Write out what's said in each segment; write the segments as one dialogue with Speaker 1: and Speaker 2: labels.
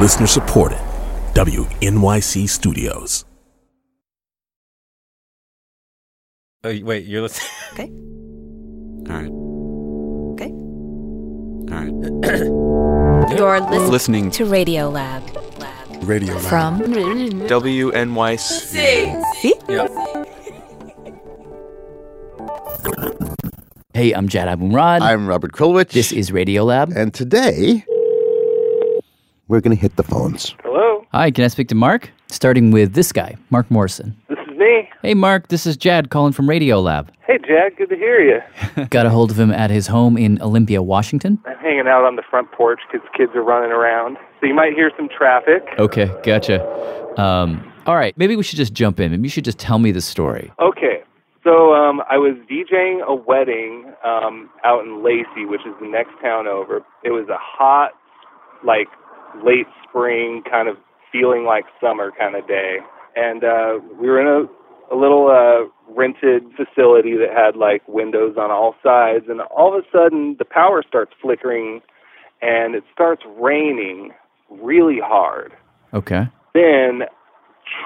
Speaker 1: Listener supported. WNYC Studios.
Speaker 2: Oh, y- wait, you're listening.
Speaker 3: Okay.
Speaker 4: All right.
Speaker 3: Okay.
Speaker 4: All right.
Speaker 3: You're listening,
Speaker 4: Listening
Speaker 3: to Radio Lab. Lab.
Speaker 5: Radio Lab.
Speaker 3: From
Speaker 4: WNYC.
Speaker 6: Hey, I'm Jad Abumrad.
Speaker 5: I'm Robert Krulwich.
Speaker 6: this is Radiolab.
Speaker 5: And today, we're going to hit the phones.
Speaker 7: Hello,
Speaker 6: Hi, can I speak to Mark? Starting with this guy, Mark Morrison.
Speaker 7: this is me.
Speaker 6: Hey, Mark, this is Jad calling from Radiolab.
Speaker 7: Hey, Jack, good to hear you.
Speaker 6: Got a hold of him at his home in Olympia, Washington.
Speaker 7: I'm hanging out on the front porch because kids are running around. So you might hear some traffic.
Speaker 6: Okay, gotcha. Um, all right, maybe we should just jump in. Maybe you should just tell me the story.
Speaker 7: Okay, so um, I was DJing a wedding um, out in Lacey, which is the next town over. It was a hot, like late spring kind of feeling like summer kind of day. And uh, we were in a, a little uh, rented facility that had like windows on all sides. And all of a sudden, the power starts flickering and it starts raining really hard
Speaker 6: Okay.
Speaker 7: then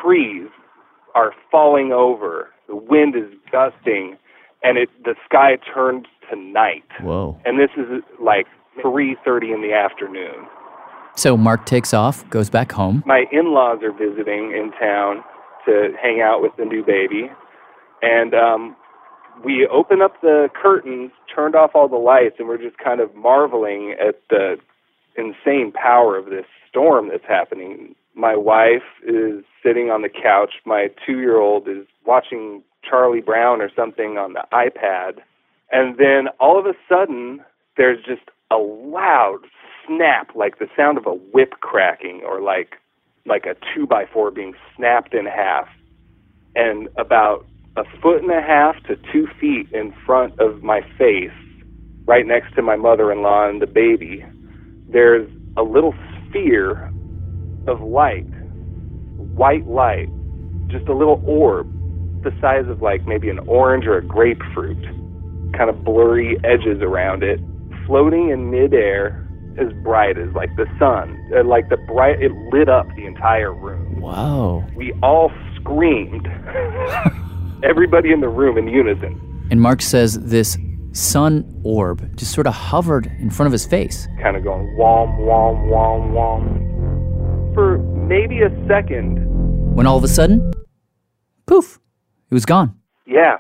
Speaker 7: trees are falling over, the wind is gusting, and it the sky turns to night.
Speaker 6: Whoa.
Speaker 7: And this is like 3:30 in the afternoon.
Speaker 6: So Mark takes off, goes back home.
Speaker 7: My in-laws are visiting in town to hang out with the new baby, and um, we open up the curtains, turned off all the lights, and we're just kind of marveling at the insane power of this storm that's happening. My wife is sitting on the couch. My two-year-old is watching Charlie Brown or something on the iPad, and then all of a sudden, there's just a loud snap, like the sound of a whip cracking, or like like a two by four being snapped in half and about a foot and a half to two feet in front of my face, right next to my mother in law and the baby, there's a little sphere of light, white light, just a little orb the size of like maybe an orange or a grapefruit, kind of blurry edges around it, floating in midair as bright as like the sun. Uh, Like the bright, it lit up the entire room
Speaker 6: Wow.
Speaker 7: we all screamed. Everybody in the room in unison.
Speaker 6: And Mark says this sun orb just sort of hovered in front of his face.
Speaker 7: Kind of going wom, wom, wom, wom. For maybe a second.
Speaker 6: When all of a sudden, poof, it was gone.
Speaker 7: Yeah,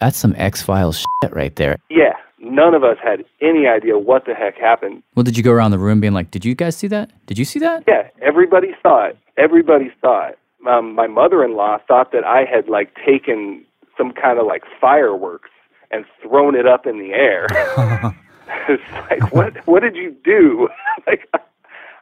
Speaker 6: That's some X Files shit right there.
Speaker 7: yeah. None of us had any idea what the heck happened.
Speaker 6: Well, did you go around the room being like, "Did you guys see that? Did you see that?"
Speaker 7: Yeah, everybody saw it. Everybody saw it. Um, my mother in law thought that I had like taken some kind of like fireworks and thrown it up in the air. it's like, what? What did you do? like,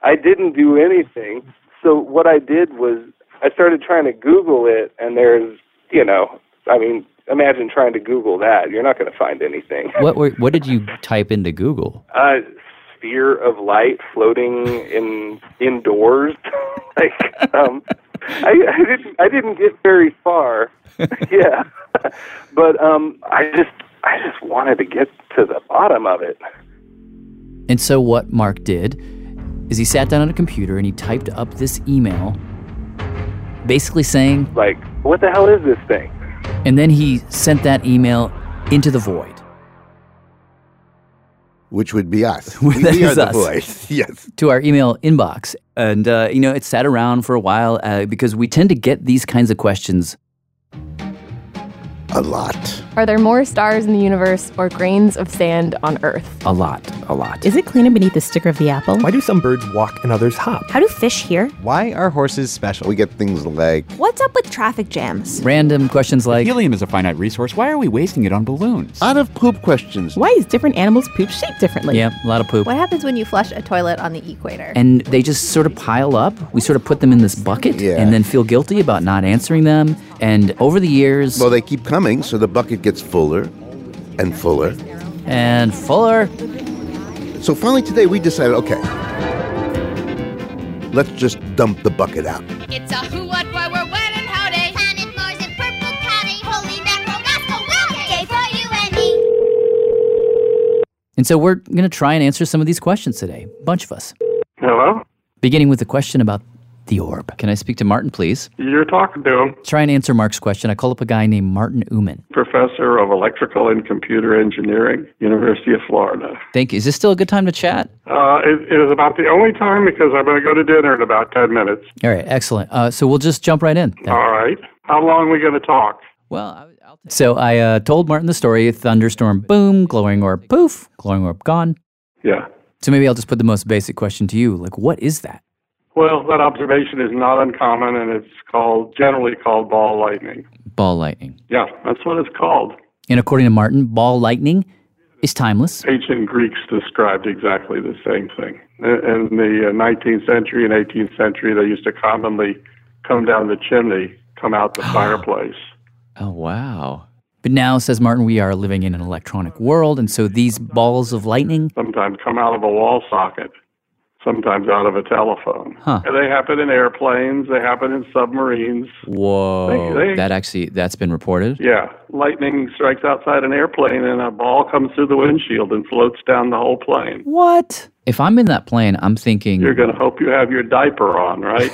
Speaker 7: I didn't do anything. So what I did was I started trying to Google it, and there's, you know, I mean, imagine trying to Google that. You're not going to find anything.
Speaker 6: What were, What did you type into Google?
Speaker 7: Uh, sphere of light floating in indoors. like, um, I, I didn't, I didn't get very far. yeah, but um, I just, I just wanted to get to the bottom of it.
Speaker 6: And so what Mark did is he sat down at a computer and he typed up this email, basically saying,
Speaker 7: Like, what the hell is this thing?
Speaker 6: and then he sent that email into the void.
Speaker 5: Which would be us.
Speaker 6: That
Speaker 5: we are
Speaker 6: is
Speaker 5: the
Speaker 6: us.
Speaker 5: voice. Yes.
Speaker 6: to our email inbox. And, uh, you know, it sat around for a while uh, because we tend to get these kinds of questions
Speaker 8: A lot.
Speaker 4: Are there more stars in the universe or grains of sand on Earth?
Speaker 9: A lot, a lot.
Speaker 10: Is it cleaner beneath the sticker of the apple?
Speaker 11: Why do some birds walk and others hop?
Speaker 10: How do fish hear?
Speaker 12: Why are horses special?
Speaker 8: We get things like
Speaker 13: What's up with traffic jams?
Speaker 6: Random questions like
Speaker 9: Helium is a finite resource. Why are we wasting it on balloons?
Speaker 8: Out of poop questions.
Speaker 10: Why is different animals' poop shaped differently?
Speaker 6: Yeah, a lot of poop.
Speaker 3: What happens when you flush a toilet on the equator?
Speaker 6: And they just sort of pile up. We sort of put them in this bucket yeah. and then feel guilty about not answering them. And over the years.
Speaker 8: Well, they keep coming, so the bucket gets fuller and fuller
Speaker 6: and fuller.
Speaker 8: So finally today we decided okay, let's just dump the bucket out.
Speaker 14: It's a who, what, why, where, when, and how day. Planet Mars and Purple County. Holy mackerel, rascal, welcome day for you and me.
Speaker 6: And so we're going to try and answer some of these questions today. A bunch of us.
Speaker 15: Hello?
Speaker 6: Beginning with the question about the orb. Can I speak to Martin, please?
Speaker 15: You're talking to him.
Speaker 6: Try and answer Mark's question. I call up a guy named Martin Uman,
Speaker 15: professor of electrical and computer engineering, University of Florida.
Speaker 6: Thank you. Is this still a good time to chat?
Speaker 15: Uh, it, it is about the only time because I'm going to go to dinner in about 10 minutes.
Speaker 6: All right, excellent. Uh, so we'll just jump right in.
Speaker 15: Then. All right. How long are we going to talk?
Speaker 6: Well, I, I'll take so I uh, told Martin the story thunderstorm boom, glowing orb poof, glowing orb gone.
Speaker 15: Yeah.
Speaker 6: So maybe I'll just put the most basic question to you like, what is that?
Speaker 15: Well, that observation is not uncommon, and it's called generally called ball lightning.
Speaker 6: Ball lightning.
Speaker 15: Yeah, that's what it's called.
Speaker 6: And according to Martin, ball lightning is timeless.
Speaker 15: Ancient Greeks described exactly the same thing. In the 19th century and 18th century, they used to commonly come down the chimney, come out the fireplace.
Speaker 6: Oh wow! But now, says Martin, we are living in an electronic world, and so these balls of lightning
Speaker 15: sometimes come out of a wall socket sometimes out of a telephone.
Speaker 6: Huh.
Speaker 15: They happen in airplanes. They happen in submarines.
Speaker 9: Whoa! They, they, that actually that's been reported.
Speaker 15: Yeah, lightning strikes outside an airplane, and a ball comes through the windshield and floats down the whole plane.
Speaker 6: What? If I'm in that plane, I'm thinking
Speaker 15: you're going to hope you have your diaper on, right?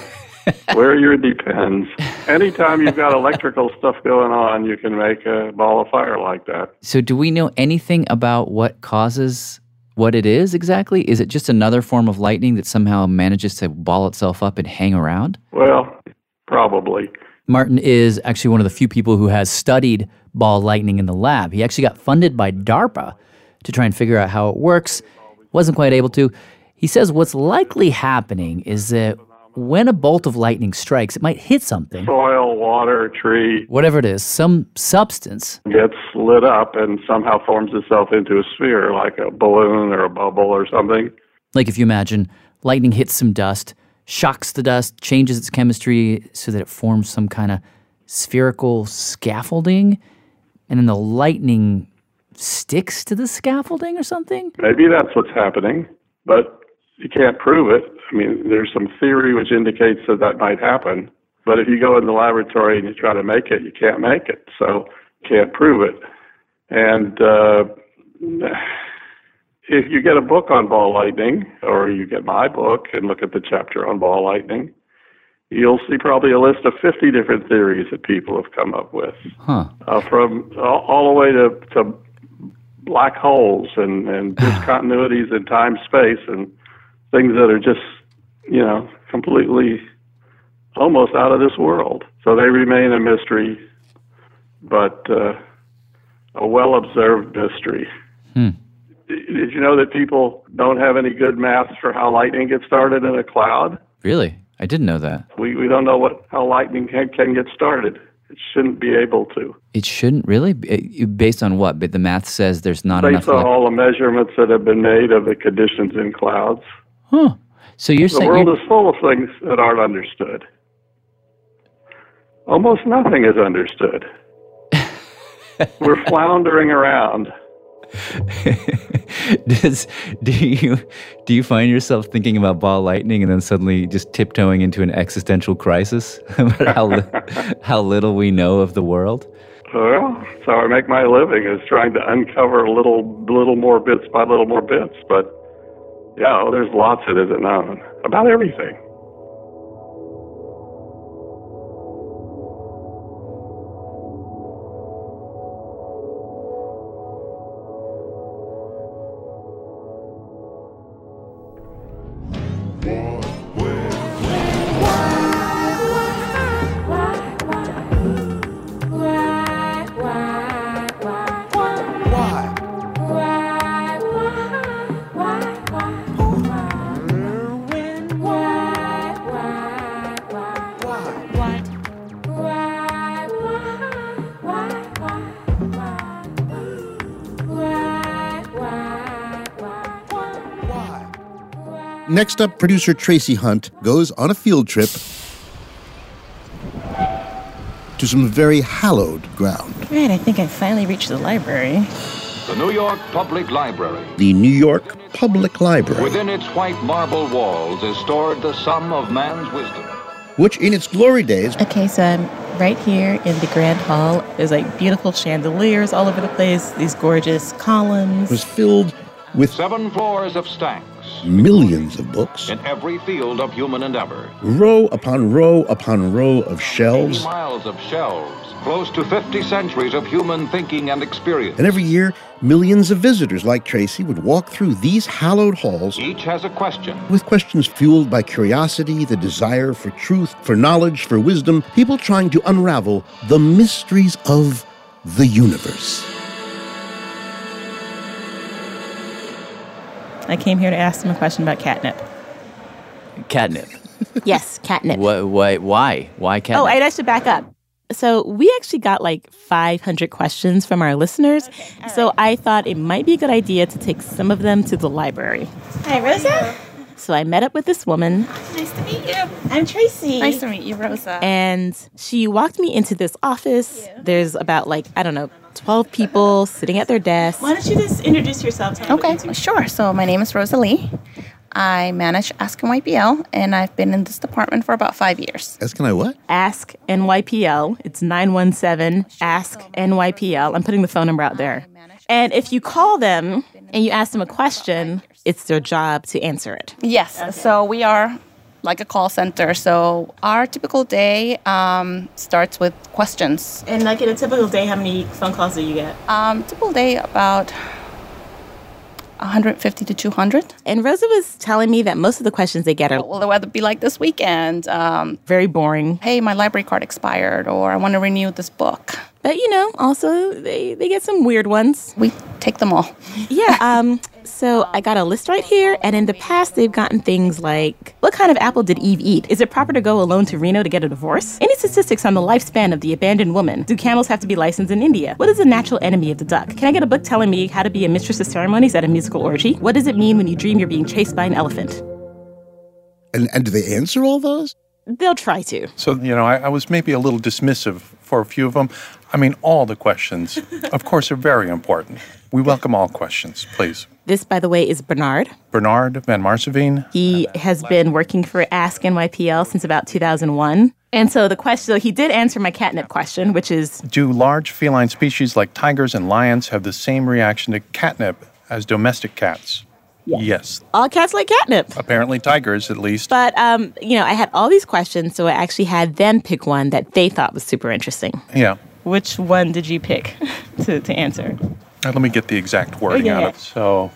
Speaker 15: Wear your depends. Anytime you've got electrical stuff going on, you can make a ball of fire like that.
Speaker 6: So, do we know anything about what causes what it is exactly? Is it just another form of lightning that somehow manages to ball itself up and hang around?
Speaker 15: Well, probably.
Speaker 6: Martin is actually one of the few people who has studied ball lightning in the lab. He actually got funded by DARPA to try and figure out how it works. Wasn't quite able to. He says what's likely happening is that when a bolt of lightning strikes, it might hit something.
Speaker 15: Soil, water, tree.
Speaker 6: Whatever it is, some substance.
Speaker 15: Gets lit up and somehow forms itself into a sphere, like a balloon or a bubble or something.
Speaker 6: Like if you imagine, lightning hits some dust, shocks the dust, changes its chemistry so that it forms some kind of spherical scaffolding, and then the lightning sticks to the scaffolding or something?
Speaker 15: Maybe that's what's happening, but you can't prove it. I mean, there's some theory which indicates that that might happen, but if you go in the laboratory and you try to make it, you can't make it, so you can't prove it. And uh, if you get a book on ball lightning, or you get my book and look at the chapter on ball lightning, you'll see probably a list of 50 different theories that people have come up with,
Speaker 6: huh.
Speaker 15: uh, from all, all the way to, to black holes and, and discontinuities in time space and things that are just, you know, completely almost out of this world. So they remain a mystery, but uh, a well observed mystery.
Speaker 6: Hmm.
Speaker 15: Did you know that people don't have any good math for how lightning gets started in a cloud?
Speaker 6: Really? I didn't know that.
Speaker 15: We, we don't know what how lightning can, can get started. It shouldn't be able to.
Speaker 6: It shouldn't really, based on what? But the math says there's not
Speaker 15: based
Speaker 6: enough.
Speaker 15: Based on all the measurements that have been made of the conditions in clouds.
Speaker 6: Huh. So you're
Speaker 15: the
Speaker 6: saying
Speaker 15: world
Speaker 6: you're...
Speaker 15: is full of things that aren't understood. Almost nothing is understood. We're floundering around.
Speaker 6: Does do you do you find yourself thinking about ball lightning and then suddenly just tiptoeing into an existential crisis about how li- how little we know of the world?
Speaker 15: Well, so I make my living is trying to uncover little little more bits by little more bits, but yeah, well, there's lots that isn't known about everything. Why, why, why,
Speaker 12: Next up, producer Tracy Hunt goes on a field trip to some very hallowed ground.
Speaker 16: Right, I think I finally reached the library.
Speaker 17: The New York Public Library.
Speaker 12: The New York Public Library,
Speaker 17: Within its white marble walls is stored the sum of man's wisdom.
Speaker 12: which in its glory days
Speaker 16: Okay, so I'm right here in the Grand Hall. There's like beautiful chandeliers all over the place, these gorgeous columns.
Speaker 12: was filled with
Speaker 17: Seven floors of stanks
Speaker 12: millions of books,
Speaker 17: in every field of human endeavor.
Speaker 12: row upon row upon row of shelves.
Speaker 17: Miles of shelves, close to 50 centuries of human thinking and experience.
Speaker 12: And every year, millions of visitors like Tracy would walk through these hallowed halls
Speaker 17: Each has a question.
Speaker 12: with questions fueled by curiosity, the desire for truth, for knowledge, for wisdom, people trying to unravel the mysteries of the universe.
Speaker 16: I came here to ask them a question about catnip.
Speaker 6: Catnip.
Speaker 16: Yes, catnip.
Speaker 6: Why, why? Why? Why catnip?
Speaker 16: Oh, and I should back up. So we actually got like 500 questions from our listeners. so I thought it might be a good idea to take some of them to the library.
Speaker 18: Hi, Rosa.
Speaker 16: So I met up with this woman,
Speaker 18: Nice to meet you. I'm Tracy.
Speaker 16: Nice to
Speaker 18: meet you, Rosa.
Speaker 16: and she walked me into this office. There's about like I don't know, 12 people sitting at their desk.
Speaker 18: Why don't you just introduce yourself? Okay, sure. So my name is Rosa Lee. I manage Ask NYPL, and I've been in this department for about five years.
Speaker 12: As can I what?
Speaker 16: Ask NYPL. It's 917 Ask NYPL. I'm putting the phone number out there. And if you call them and you ask them a question, it's their job to answer it.
Speaker 18: Yes. So we are like a call center. So our typical day um, starts with questions.
Speaker 16: And like in a typical day, how many phone calls do you get?
Speaker 18: Um, typical day about 150 to 200.
Speaker 16: And Rosa was telling me that most of the questions they get are
Speaker 18: Will the weather be like this weekend? Um,
Speaker 16: very boring.
Speaker 18: Hey, my library card expired, or I want to renew this book.
Speaker 16: But you know, also they, they get some weird ones.
Speaker 18: We take them all.
Speaker 16: Yeah. Um. So I got a list right here, and in the past they've gotten things like, "What kind of apple did Eve eat? Is it proper to go alone to Reno to get a divorce? Any statistics on the lifespan of the abandoned woman? Do camels have to be licensed in India? What is the natural enemy of the duck? Can I get a book telling me how to be a mistress of ceremonies at a musical orgy? What does it mean when you dream you're being chased by an elephant?
Speaker 12: And, and do they answer all those?
Speaker 16: They'll try to.
Speaker 19: So, you know, I, I was maybe a little dismissive for a few of them. I mean, all the questions, of course, are very important. We welcome all questions, please.
Speaker 16: This, by the way, is Bernard.
Speaker 19: Bernard Van Marseveen.
Speaker 16: He has been working for Ask NYPL since about 2001. And so the question, so he did answer my catnip question, which is
Speaker 19: Do large feline species like tigers and lions have the same reaction to catnip as domestic cats? Yes.
Speaker 16: all cats like catnip.
Speaker 19: Apparently, tigers, at least.
Speaker 16: But um, you know, I had all these questions, so I actually had them pick one that they thought was super interesting.
Speaker 19: Yeah.
Speaker 16: Which one did you pick to, to answer?
Speaker 19: Uh, let me get the exact wording
Speaker 16: yeah,
Speaker 19: out
Speaker 16: yeah.
Speaker 19: of it. So,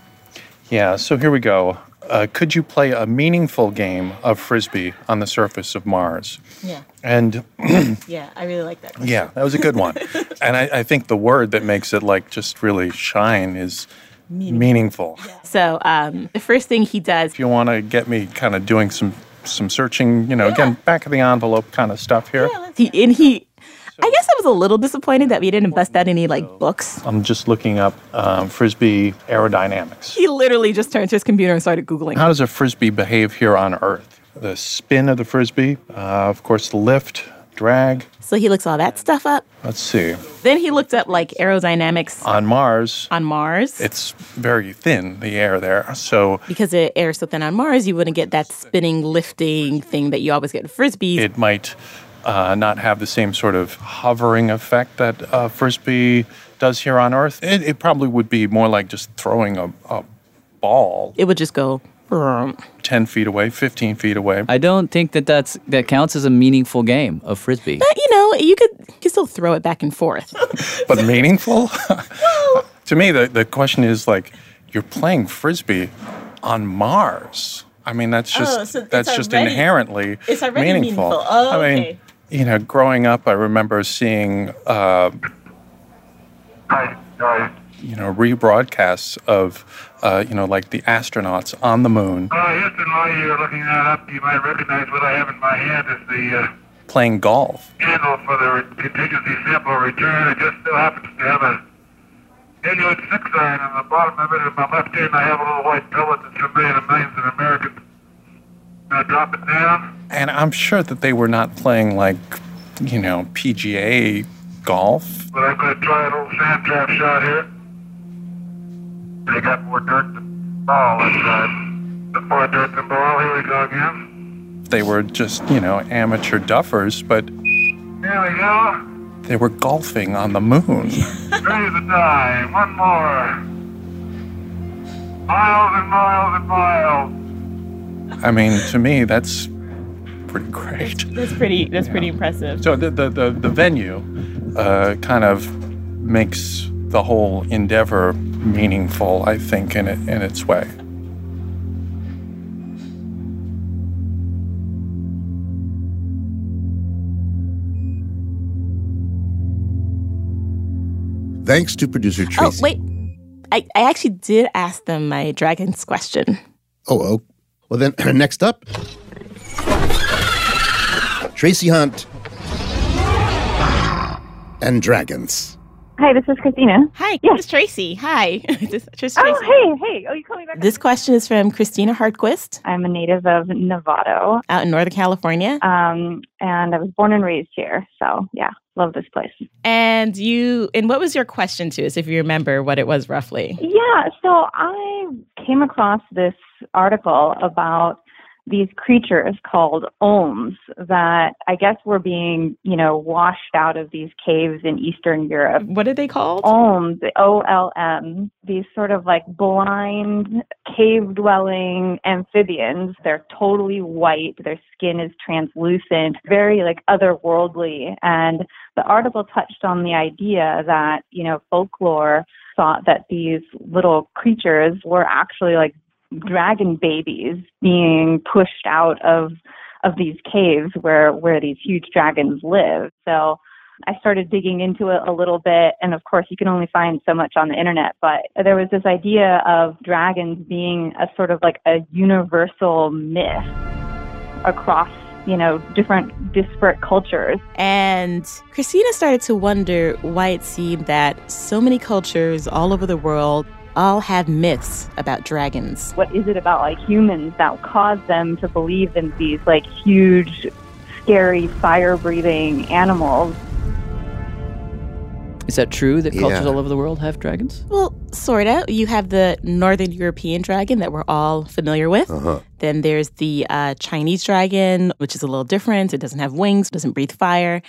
Speaker 19: yeah, so here we go. Uh, could you play a meaningful game of frisbee on the surface of Mars?
Speaker 16: Yeah.
Speaker 19: And
Speaker 16: Yeah, I really like that.
Speaker 19: yeah, that was a good one. and I, I think the word that makes it like just really shine is meaningful.
Speaker 16: So um, the first thing he does,
Speaker 19: If you want to get me kind of doing some some searching, you know, again back of the envelope kind of stuff here.
Speaker 16: he and he, I guess I was a little disappointed that we didn't bust out any like books.
Speaker 19: I'm just looking up um, frisbee aerodynamics.
Speaker 16: He literally just turned to his computer and started googling.
Speaker 19: How does a frisbee behave here on Earth? The spin of the frisbee, uh, of course, the lift, drag.
Speaker 16: So he looks all that stuff up.
Speaker 19: Let's see.
Speaker 16: Then he looked up like aerodynamics
Speaker 19: On Mars,
Speaker 16: on Mars.
Speaker 19: it's very thin, the air there. So
Speaker 16: because the air is so thin on Mars, you wouldn't get that spinning, lifting thing that you always get in frisbees.
Speaker 19: it might uh, not have the same sort of hovering effect that uh, frisbee does here on Earth. It, it probably would be more like just throwing a, a ball
Speaker 16: it would just go. "Vroom."
Speaker 19: 10 feet away, 15 feet away.
Speaker 6: I don't think that that's that counts as a meaningful game of frisbee.
Speaker 16: But you know, you could you could still throw it back and forth.
Speaker 19: but meaningful? to me, the, the question is like, you're playing frisbee on Mars. I mean, that's
Speaker 16: Oh,
Speaker 19: just
Speaker 16: so it's
Speaker 19: that's just
Speaker 16: already-
Speaker 19: inherently
Speaker 16: it's already
Speaker 19: meaningful.
Speaker 16: meaningful. Oh,
Speaker 19: I mean,
Speaker 16: okay.
Speaker 19: you know, growing up, I remember seeing, uh, you know, rebroadcasts of, uh, you know, like the astronauts on the moon
Speaker 20: Houston, while you're looking that up, you might recognize what I have in my hand is the uh,
Speaker 19: playing golf.
Speaker 20: handle for the re- contingency sample return. It just so happens to have a Inuit six iron on the bottom of it. In my left hand, I have a little white pellet that's familiar to millions of Americans. Now drop it down.
Speaker 19: And I'm sure that they were not playing like, you know, PGA golf.
Speaker 20: But I'm going to try an old sand trap shot here. They got more dirt than ball this time. The more dirt than ball. Here we go again.
Speaker 19: They were just, you know, amateur duffers, but
Speaker 20: Here we go.
Speaker 19: they were golfing on the moon.
Speaker 20: Raise the die. One more. Miles and miles and miles.
Speaker 19: I mean, to me, that's pretty great.
Speaker 16: That's pretty. That's pretty impressive.
Speaker 19: So the the the, the venue uh, kind of makes the whole endeavor meaningful, I think, in it, in its way.
Speaker 21: Thanks to producer
Speaker 16: Oh
Speaker 21: Tracy.
Speaker 16: wait, I, I actually did ask them my dragon's question.
Speaker 21: Oh, oh. Well, then, next up Tracy Hunt and Dragons.
Speaker 16: Hi, this is Christina. Hi, this is Tracy. Hi, this is Tracy. Oh, hey, hey. Oh, you call me back. This question is from Christina Hardquist. I'm a native of Novato, out in Northern California. Um, and I was born and raised here, so yeah, love this place. And you, and what was your question to us, if you remember what it was roughly?
Speaker 22: Yeah, so I came across this article about these creatures called ohms that I guess were being, you know, washed out of these caves in Eastern Europe.
Speaker 16: What are they called?
Speaker 22: Ohms, O L M. These sort of like blind cave dwelling amphibians. They're totally white, their skin is translucent, very like otherworldly. And the article touched on the idea that, you know, folklore thought that these little creatures were actually like dragon babies being pushed out of of these caves where where these huge dragons live. So I started digging into it a little bit and of course you can only find so much on the internet, but there was this idea of dragons being a sort of like a universal myth across, you know, different disparate cultures.
Speaker 16: And Christina started to wonder why it seemed that so many cultures all over the world all have myths about dragons.
Speaker 22: What is it about like humans that cause them to believe in these like huge, scary, fire breathing animals?
Speaker 6: Is that true that cultures
Speaker 16: Yeah.
Speaker 6: all over the world have dragons?
Speaker 16: Well, sort of. You have the Northern European dragon that we're all familiar with.
Speaker 6: Uh-huh.
Speaker 16: Then there's the uh, Chinese dragon, which is a little different. It doesn't have wings, doesn't breathe fire.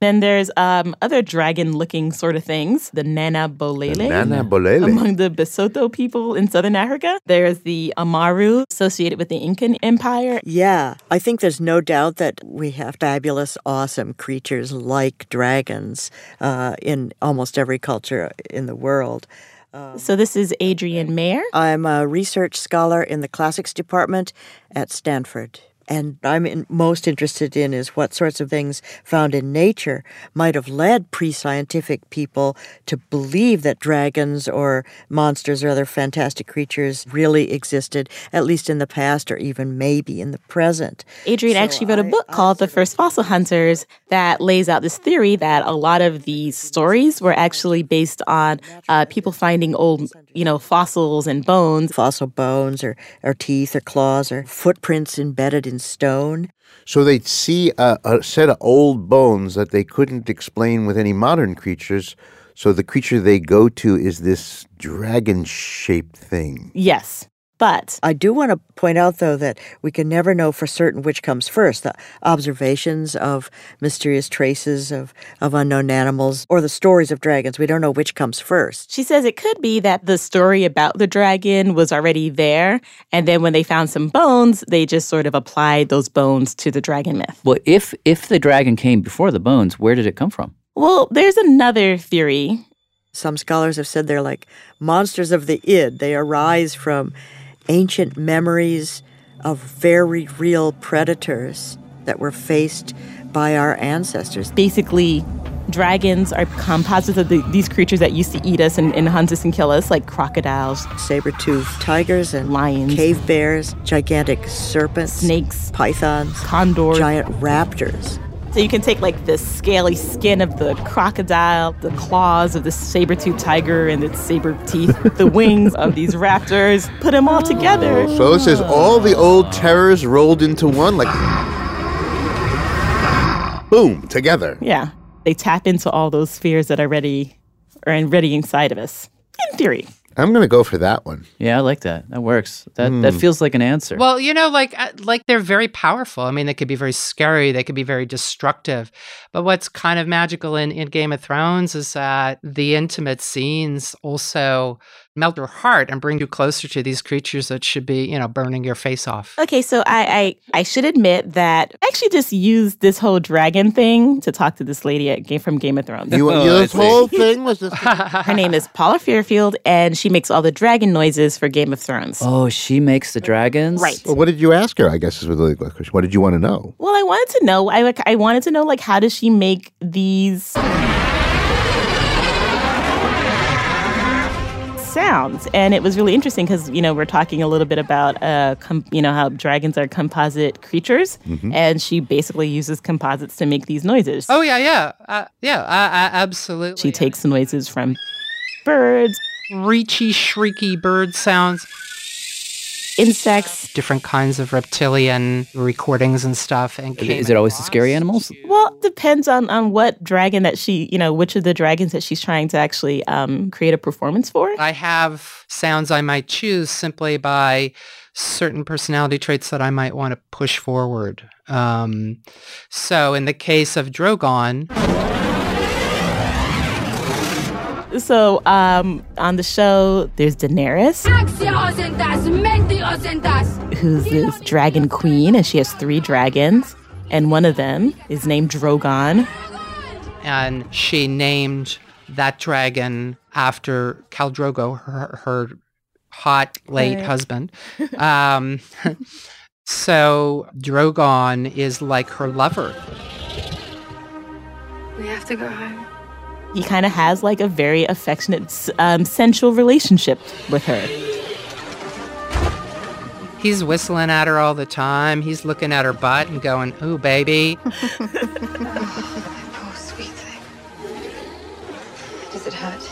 Speaker 16: Then there's um, other dragon looking sort of things, the Nana Bolele.
Speaker 23: The Nana Bolele.
Speaker 16: Among the Basotho people in Southern Africa. There's the Amaru associated with the Incan Empire.
Speaker 24: Yeah, I think there's no doubt that we have fabulous, awesome creatures like dragons uh, in almost every culture in the world. Um,
Speaker 16: so, this is Adrian Mayer.
Speaker 24: I'm a research scholar in the classics department at Stanford. And I'm in, most interested in is what sorts of things found in nature might have led pre-scientific people to believe that dragons or monsters or other fantastic creatures really existed, at least in the past or even maybe in the present.
Speaker 16: Adrian actually wrote a book called The First Fossil Hunters that lays out this theory that a lot of these stories were actually based on uh, people finding old, you know, fossils and bones.
Speaker 24: Fossil bones or, or teeth or claws or footprints embedded in stone.
Speaker 5: So they'd see a, a set of old bones that they couldn't explain with any modern creatures. So the creature they go to is this dragon shaped thing.
Speaker 16: Yes, but
Speaker 24: I do want to point out though that we can never know for certain which comes first: the observations of mysterious traces of of unknown animals or the stories of dragons. We don't know which comes first.
Speaker 16: She says it could be that the story about the dragon was already there, and then when they found some bones, they just sort of applied those bones to the dragon myth.
Speaker 6: Well, if if the dragon came before the bones, where did it come from?
Speaker 16: Well, there's another theory.
Speaker 24: Some scholars have said they're like monsters of the id. They arise from ancient memories of very real predators that were faced by our ancestors.
Speaker 16: Basically, dragons are composites of the, these creatures that used to eat us and, and hunt us and kill us, like crocodiles,
Speaker 24: saber-toothed tigers and lions, cave bears, gigantic serpents,
Speaker 16: snakes,
Speaker 24: pythons,
Speaker 16: condors,
Speaker 24: giant raptors.
Speaker 16: So you can take like the scaly skin of the crocodile, the claws of the saber-toothed tiger and its saber teeth, the wings of these raptors, put them all together.
Speaker 5: So this is all the old terrors rolled into one, like boom, together.
Speaker 16: Yeah. They tap into all those fears that are ready are already inside of us. In theory.
Speaker 5: I'm gonna go for that one. Hmm.
Speaker 6: Yeah, I like that. That works. That that feels like an answer.
Speaker 25: Well, you know, like uh, like they're very powerful. I mean, they could be very scary. They could be very destructive. But what's kind of magical in, in Game of Thrones is that the intimate scenes also melt your heart and bring you closer to these creatures that should be, you know, burning your face off.
Speaker 16: Okay, so I, I I should admit that I actually just used this whole dragon thing to talk to this lady at Game from Game of Thrones.
Speaker 5: You, you this whole thing was just
Speaker 16: Her name is Paula Fairfield, and she makes all the dragon noises for Game of Thrones.
Speaker 6: Oh, she makes the dragons?
Speaker 16: Right.
Speaker 5: Well, what did you ask her? I guess is what the question. What did you want to know?
Speaker 16: Well, I wanted to know. I like. I wanted to know like how does she make these sounds? And it was really interesting because you know we're talking a little bit about uh com- you know how dragons are composite creatures,
Speaker 25: Mhm.
Speaker 16: and she basically uses composites to make these noises.
Speaker 25: Oh yeah, yeah, uh, yeah, uh, uh, absolutely.
Speaker 16: She takes noises from birds,
Speaker 25: reachy, shrieky bird sounds,
Speaker 16: insects.
Speaker 25: different kinds of reptilian recordings and stuff. And
Speaker 6: Is it always the scary animals?
Speaker 16: Well, it depends on on what dragon that she, you know, which of the dragons that she's trying to actually um, create a performance for.
Speaker 25: I have sounds I might choose simply by certain personality traits that I might want to push forward. Um, so in the case of Drogon,
Speaker 16: So um, on the show, there's Daenerys, who's this dragon queen, and she has three dragons, and one of them is named Drogon.
Speaker 25: and she named that dragon after Cal Drogo, her, her hot late
Speaker 26: Right.
Speaker 25: husband. Um, so Drogon is like her lover.
Speaker 26: We have to go home.
Speaker 16: He kind of has like a very affectionate, s- um, sensual relationship with her.
Speaker 25: He's whistling at her all the time. He's looking at her butt and going, "Ooh, baby."
Speaker 26: Oh, sweet thing. Does it hurt?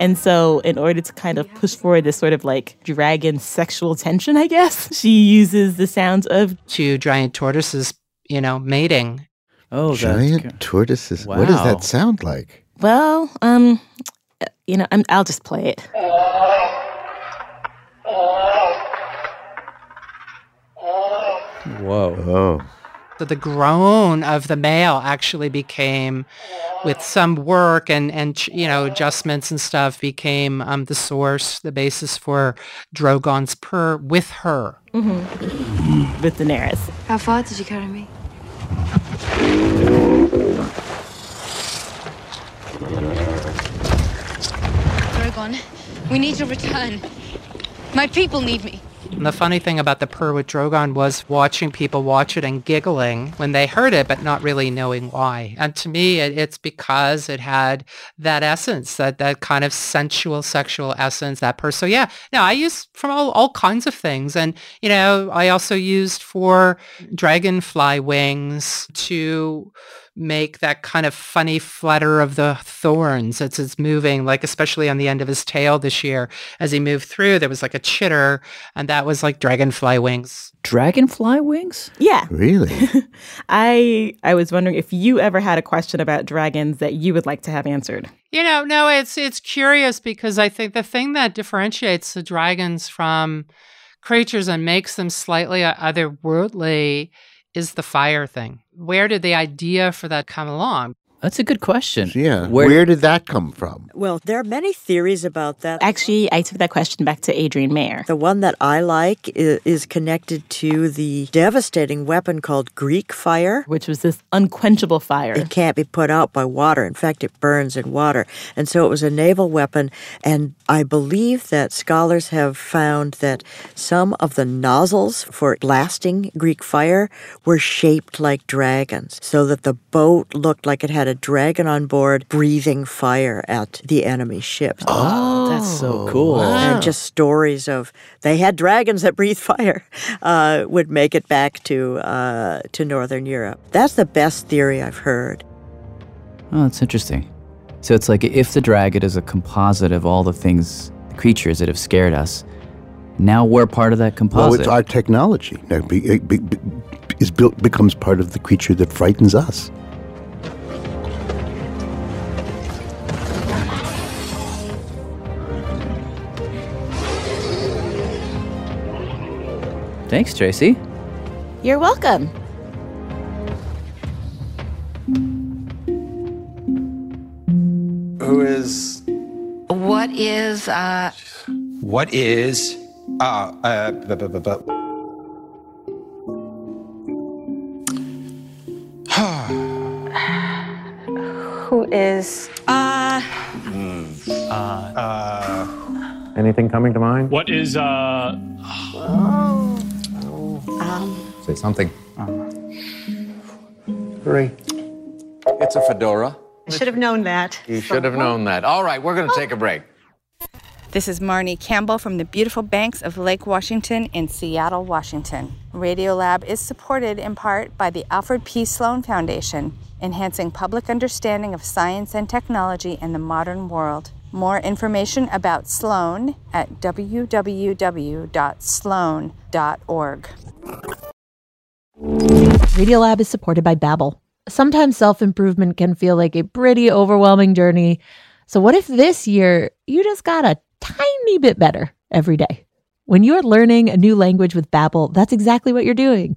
Speaker 16: And so, in order to kind of push forward this sort of like dragon sexual tension, I guess, she uses the sounds of
Speaker 25: Two giant tortoises, you know, mating.
Speaker 6: Oh,
Speaker 5: Giant tortoises. What does
Speaker 25: Wow.
Speaker 5: that sound like?
Speaker 16: Well, um, uh, you know, I'm, I'll just play it.
Speaker 5: Whoa. Oh.
Speaker 25: So the groan of the male actually became, with some work and and ch- you know adjustments and stuff, became um, the source, the basis for Drogon's purr with her.
Speaker 16: Mm-hmm. With Daenerys.
Speaker 26: How far did you carry me?
Speaker 27: Drogon, we need to return. My people need me.
Speaker 25: And the funny thing about the purr with Drogon was watching people watch it and giggling when they heard it, but not really knowing why. And to me, it, it's because it had that essence, that, that kind of sensual sexual essence, that purr. So yeah, no, I use from all, all kinds of things. And, you know, I also used for dragonfly wings to make that kind of funny flutter of the thorns as it's moving, like especially on the end of his tail this year. As he moved through, there was like a chitter, and that was like dragonfly wings.
Speaker 6: Dragonfly wings?
Speaker 16: Yeah.
Speaker 5: Really?
Speaker 16: I I was wondering if you ever had a question about dragons that you would like to have answered.
Speaker 25: You know, no, it's it's curious because I think the thing that differentiates the dragons from creatures and makes them slightly o- otherworldly is the fire thing. Where did the idea for that come along?
Speaker 6: That's a good question.
Speaker 5: Yeah. Where, did that come from?
Speaker 24: Well, there are many theories about that.
Speaker 16: Actually, I took that question back to Adrian Mayer.
Speaker 24: The one that I like i- is connected to the devastating weapon called Greek fire,
Speaker 16: which was this unquenchable fire.
Speaker 24: It can't be put out by water. In fact, it burns in water. And so it was a naval weapon. And I believe that scholars have found that some of the nozzles for blasting Greek fire were shaped like dragons, so that the boat looked like it had a a dragon on board breathing fire at the enemy ships.
Speaker 6: Oh, that's so cool.
Speaker 24: And just stories of they had dragons that breathe fire uh, would make it back to uh, to Northern Europe. That's the best theory I've heard.
Speaker 6: Oh, that's interesting. So it's like if the dragon is a composite of all the things, the creatures that have scared us, now we're part of that
Speaker 5: Well,
Speaker 6: composite.
Speaker 5: it's our technology. Now, be, it be, be- is built becomes part of the creature that frightens us.
Speaker 6: Thanks, Tracy.
Speaker 16: You're welcome.
Speaker 28: Who is.
Speaker 7: What is, uh,
Speaker 28: What is. Ah, uh, bu- bu- bu- bu-
Speaker 4: Who is. Uh.
Speaker 29: Uh,
Speaker 30: Anything coming to mind?
Speaker 29: what is uh?
Speaker 7: Oh.
Speaker 4: Um.
Speaker 30: Say something.
Speaker 29: Hurry!
Speaker 30: It's a fedora.
Speaker 4: Should have known that.
Speaker 30: You should have known that. All right, we're going to take a break.
Speaker 18: This is Marnie Campbell from the beautiful banks of Lake Washington in Seattle, Washington. Radiolab is supported in part by the Alfred P. Sloan Foundation, enhancing public understanding of science and technology in the modern world. More information about Sloan at www.sloan.org.
Speaker 31: Radiolab is supported by Babbel. Sometimes self-improvement can feel like a pretty overwhelming journey. So what if this year you just got a tiny bit better every day? When you're learning a new language with Babbel, that's exactly what you're doing.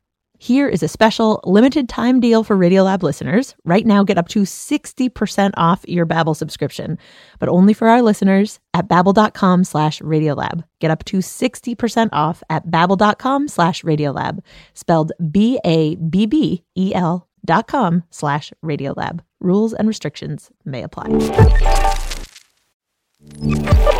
Speaker 31: Here is a special limited time deal for Radiolab listeners. Right now, get up to 60% off your Babbel subscription, but only for our listeners at babbel.com slash Radiolab. Get up to 60% off at babbel.com slash Radiolab, spelled B-A-B-B-E-L E dot com slash Radiolab. Rules and restrictions may apply.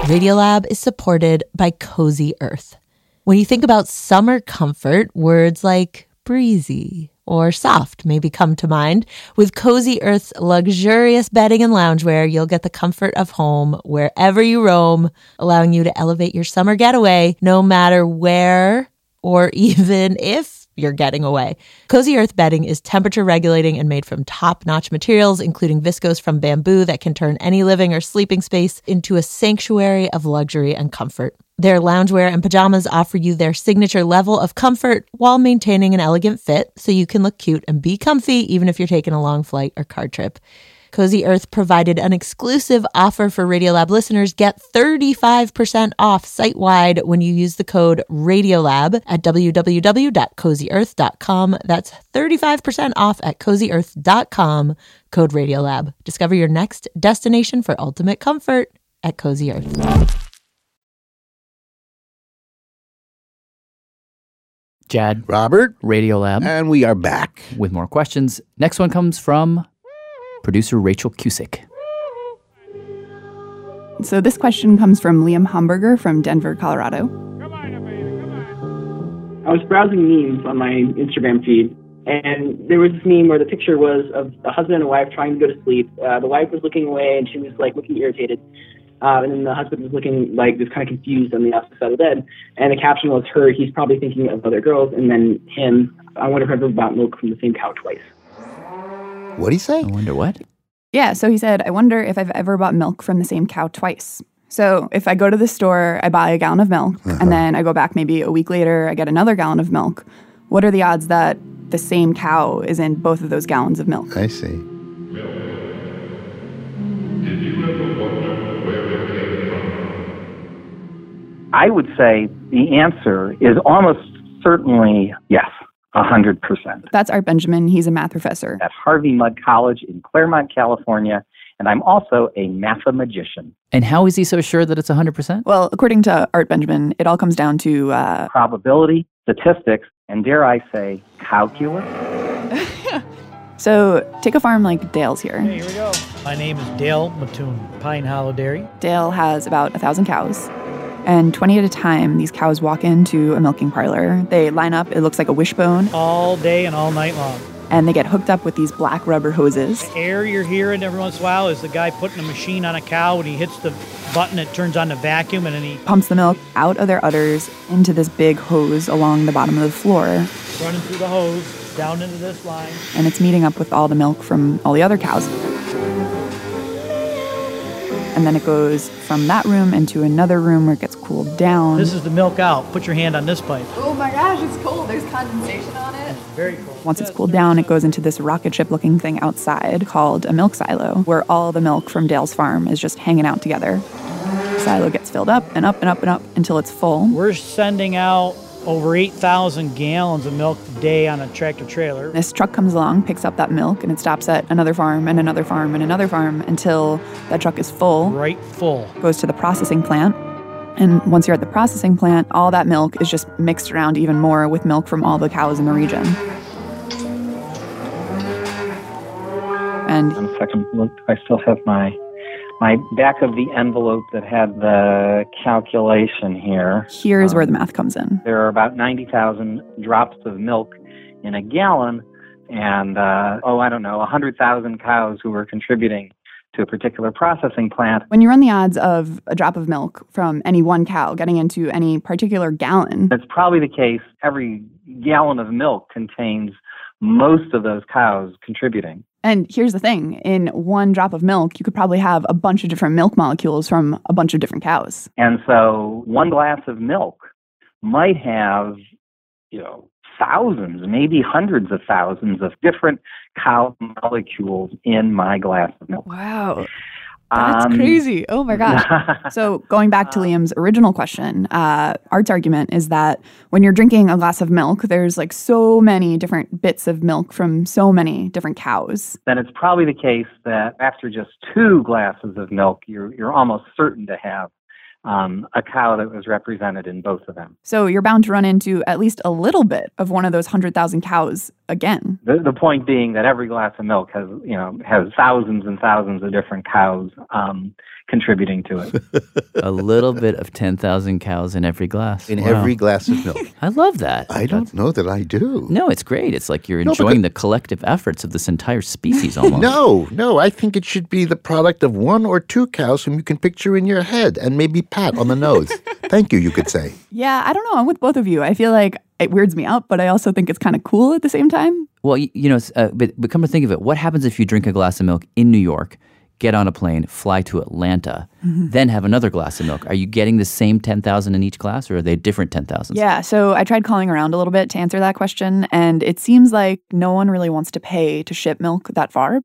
Speaker 31: Radiolab is supported by Cozy Earth. When you think about summer comfort, words like breezy or soft maybe come to mind. With Cozy Earth's luxurious bedding and loungewear, you'll get the comfort of home wherever you roam, allowing you to elevate your summer getaway no matter where or even if you're getting away. Cozy Earth bedding is temperature regulating and made from top notch materials, including viscose from bamboo that can turn any living or sleeping space into a sanctuary of luxury and comfort. Their loungewear and pajamas offer you their signature level of comfort while maintaining an elegant fit so you can look cute and be comfy even if you're taking a long flight or car trip. Cozy Earth provided an exclusive offer for Radiolab listeners. Get 35% off site wide when you use the code Radiolab at www.cozyearth.com. That's 35% off at cozyearth.com. Code Radiolab. Discover your next destination for ultimate comfort at Cozy Earth.
Speaker 6: Jad.
Speaker 5: Robert.
Speaker 6: Radiolab.
Speaker 5: And we are back.
Speaker 6: With more questions. Next one comes from producer Rachel Cusick.
Speaker 26: So this question comes from Liam Hamburger from Denver, Colorado.
Speaker 32: I was browsing memes on my Instagram feed, and there was this meme where the picture was of a husband and a wife trying to go to sleep. Uh, the wife was looking away, and she was like looking irritated. Uh, and then the husband was looking like just kind of confused on the opposite side of the bed. And the caption was her, he's probably thinking of other girls, and then him, I wonder if I've ever bought milk from the same cow twice.
Speaker 5: What'd he say? I
Speaker 6: wonder what.
Speaker 26: Yeah, so he said, I wonder if I've ever bought milk from the same cow twice. So if I go to the store, I buy a gallon of milk, and then I go back maybe a week later, I get another gallon of milk. What are the odds that the same cow is in both of those gallons of milk?
Speaker 5: I see.
Speaker 33: I would say the answer is almost certainly yes, 100%.
Speaker 26: That's Art Benjamin. He's a math professor.
Speaker 33: At Harvey Mudd College in Claremont, California, and I'm also a mathemagician.
Speaker 6: And how is he so sure that it's 100%?
Speaker 26: Well, according to Art Benjamin, it all comes down to uh,
Speaker 33: Probability, statistics, and dare I say, calculus.
Speaker 26: so take a farm like Dale's here.
Speaker 9: here we go. My name is Dale Mattoon, Pine Hollow Dairy.
Speaker 26: Dale has about a thousand cows. And 20 at a time, these cows walk into a milking parlor. They line up, it looks like a wishbone,
Speaker 9: All day and all night long.
Speaker 26: and they get hooked up with these black rubber hoses.
Speaker 9: The air you're hearing every once in a while is the guy putting a machine on a cow. When he hits the button, it turns on the vacuum, and then he
Speaker 26: Pumps the milk out of their udders into this big hose along the bottom of the floor,
Speaker 9: running through the hose down into this line.
Speaker 26: and it's meeting up with all the milk from all the other cows. And then it goes from that room into another room where it gets cooled down.
Speaker 9: This is the milk out. Put your hand on this pipe.
Speaker 10: Oh my gosh, it's cold. There's condensation on it.
Speaker 9: Very cool.
Speaker 26: Once it's cooled down, it goes into this rocket ship looking thing outside called a milk silo, where all the milk from Dale's farm is just hanging out together. The silo gets filled up and up and up and up until it's full.
Speaker 9: We're sending out over 8,000 gallons of milk a day on a tractor trailer.
Speaker 26: This truck comes along, picks up that milk, and it stops at another farm and another farm and another farm until that truck is full.
Speaker 9: Right full.
Speaker 26: Goes to the processing plant. And once you're at the processing plant, all that milk is just mixed around even more with milk from all the cows in the region. And
Speaker 33: On a second look, I still have my my back of the envelope that had the calculation here.
Speaker 26: here is where the math comes in.
Speaker 33: There are about 90,000 drops of milk in a gallon, and uh, oh, I don't know, 100,000 cows who are contributing to a particular processing plant.
Speaker 26: When you run the odds of a drop of milk from any one cow getting into any particular gallon,
Speaker 33: That's probably the case. Every gallon of milk contains most of those cows contributing.
Speaker 26: and here's the thing in one drop of milk, you could probably have a bunch of different milk molecules from a bunch of different cows.
Speaker 33: And so one glass of milk might have, you know, thousands, maybe hundreds of thousands of different cow molecules in my glass of milk.
Speaker 26: Wow.
Speaker 33: That's Um,
Speaker 26: crazy. Oh my gosh. so, going back to Liam's original question, uh, Art's argument is that when you're drinking a glass of milk, there's like so many different bits of milk from so many different cows.
Speaker 33: Then it's probably the case that after just two glasses of milk, you're, you're almost certain to have um, a cow that was represented in both of them.
Speaker 26: So, you're bound to run into at least a little bit of one of those 100,000 cows again.
Speaker 33: The, the point being that every glass of milk has, you know, has thousands and thousands of different cows um, contributing to it.
Speaker 6: a little bit of 10,000 cows in every glass.
Speaker 5: In
Speaker 6: Wow.
Speaker 5: every glass of milk.
Speaker 6: I love that.
Speaker 5: I don't know that I do.
Speaker 6: No, it's great. It's like you're
Speaker 5: No,
Speaker 6: enjoying the collective efforts of this entire species almost.
Speaker 5: No, no, I think it should be the product of one or two cows whom you can picture in your head and maybe pat on the nose. Thank you, you could say.
Speaker 26: Yeah, I don't know. I'm with both of you. I feel like it weirds me out, but I also think it's kind of cool at the same time.
Speaker 6: Well, you, you know, it's, uh, but, but come to think of it, what happens if you drink a glass of milk in New York, get on a plane, fly to Atlanta, then have another glass of milk? Are you getting the same 10,000 in each glass or are they different 10,000s?
Speaker 26: Yeah, so I tried calling around a little bit to answer that question, and it seems like no one really wants to pay to ship milk that far.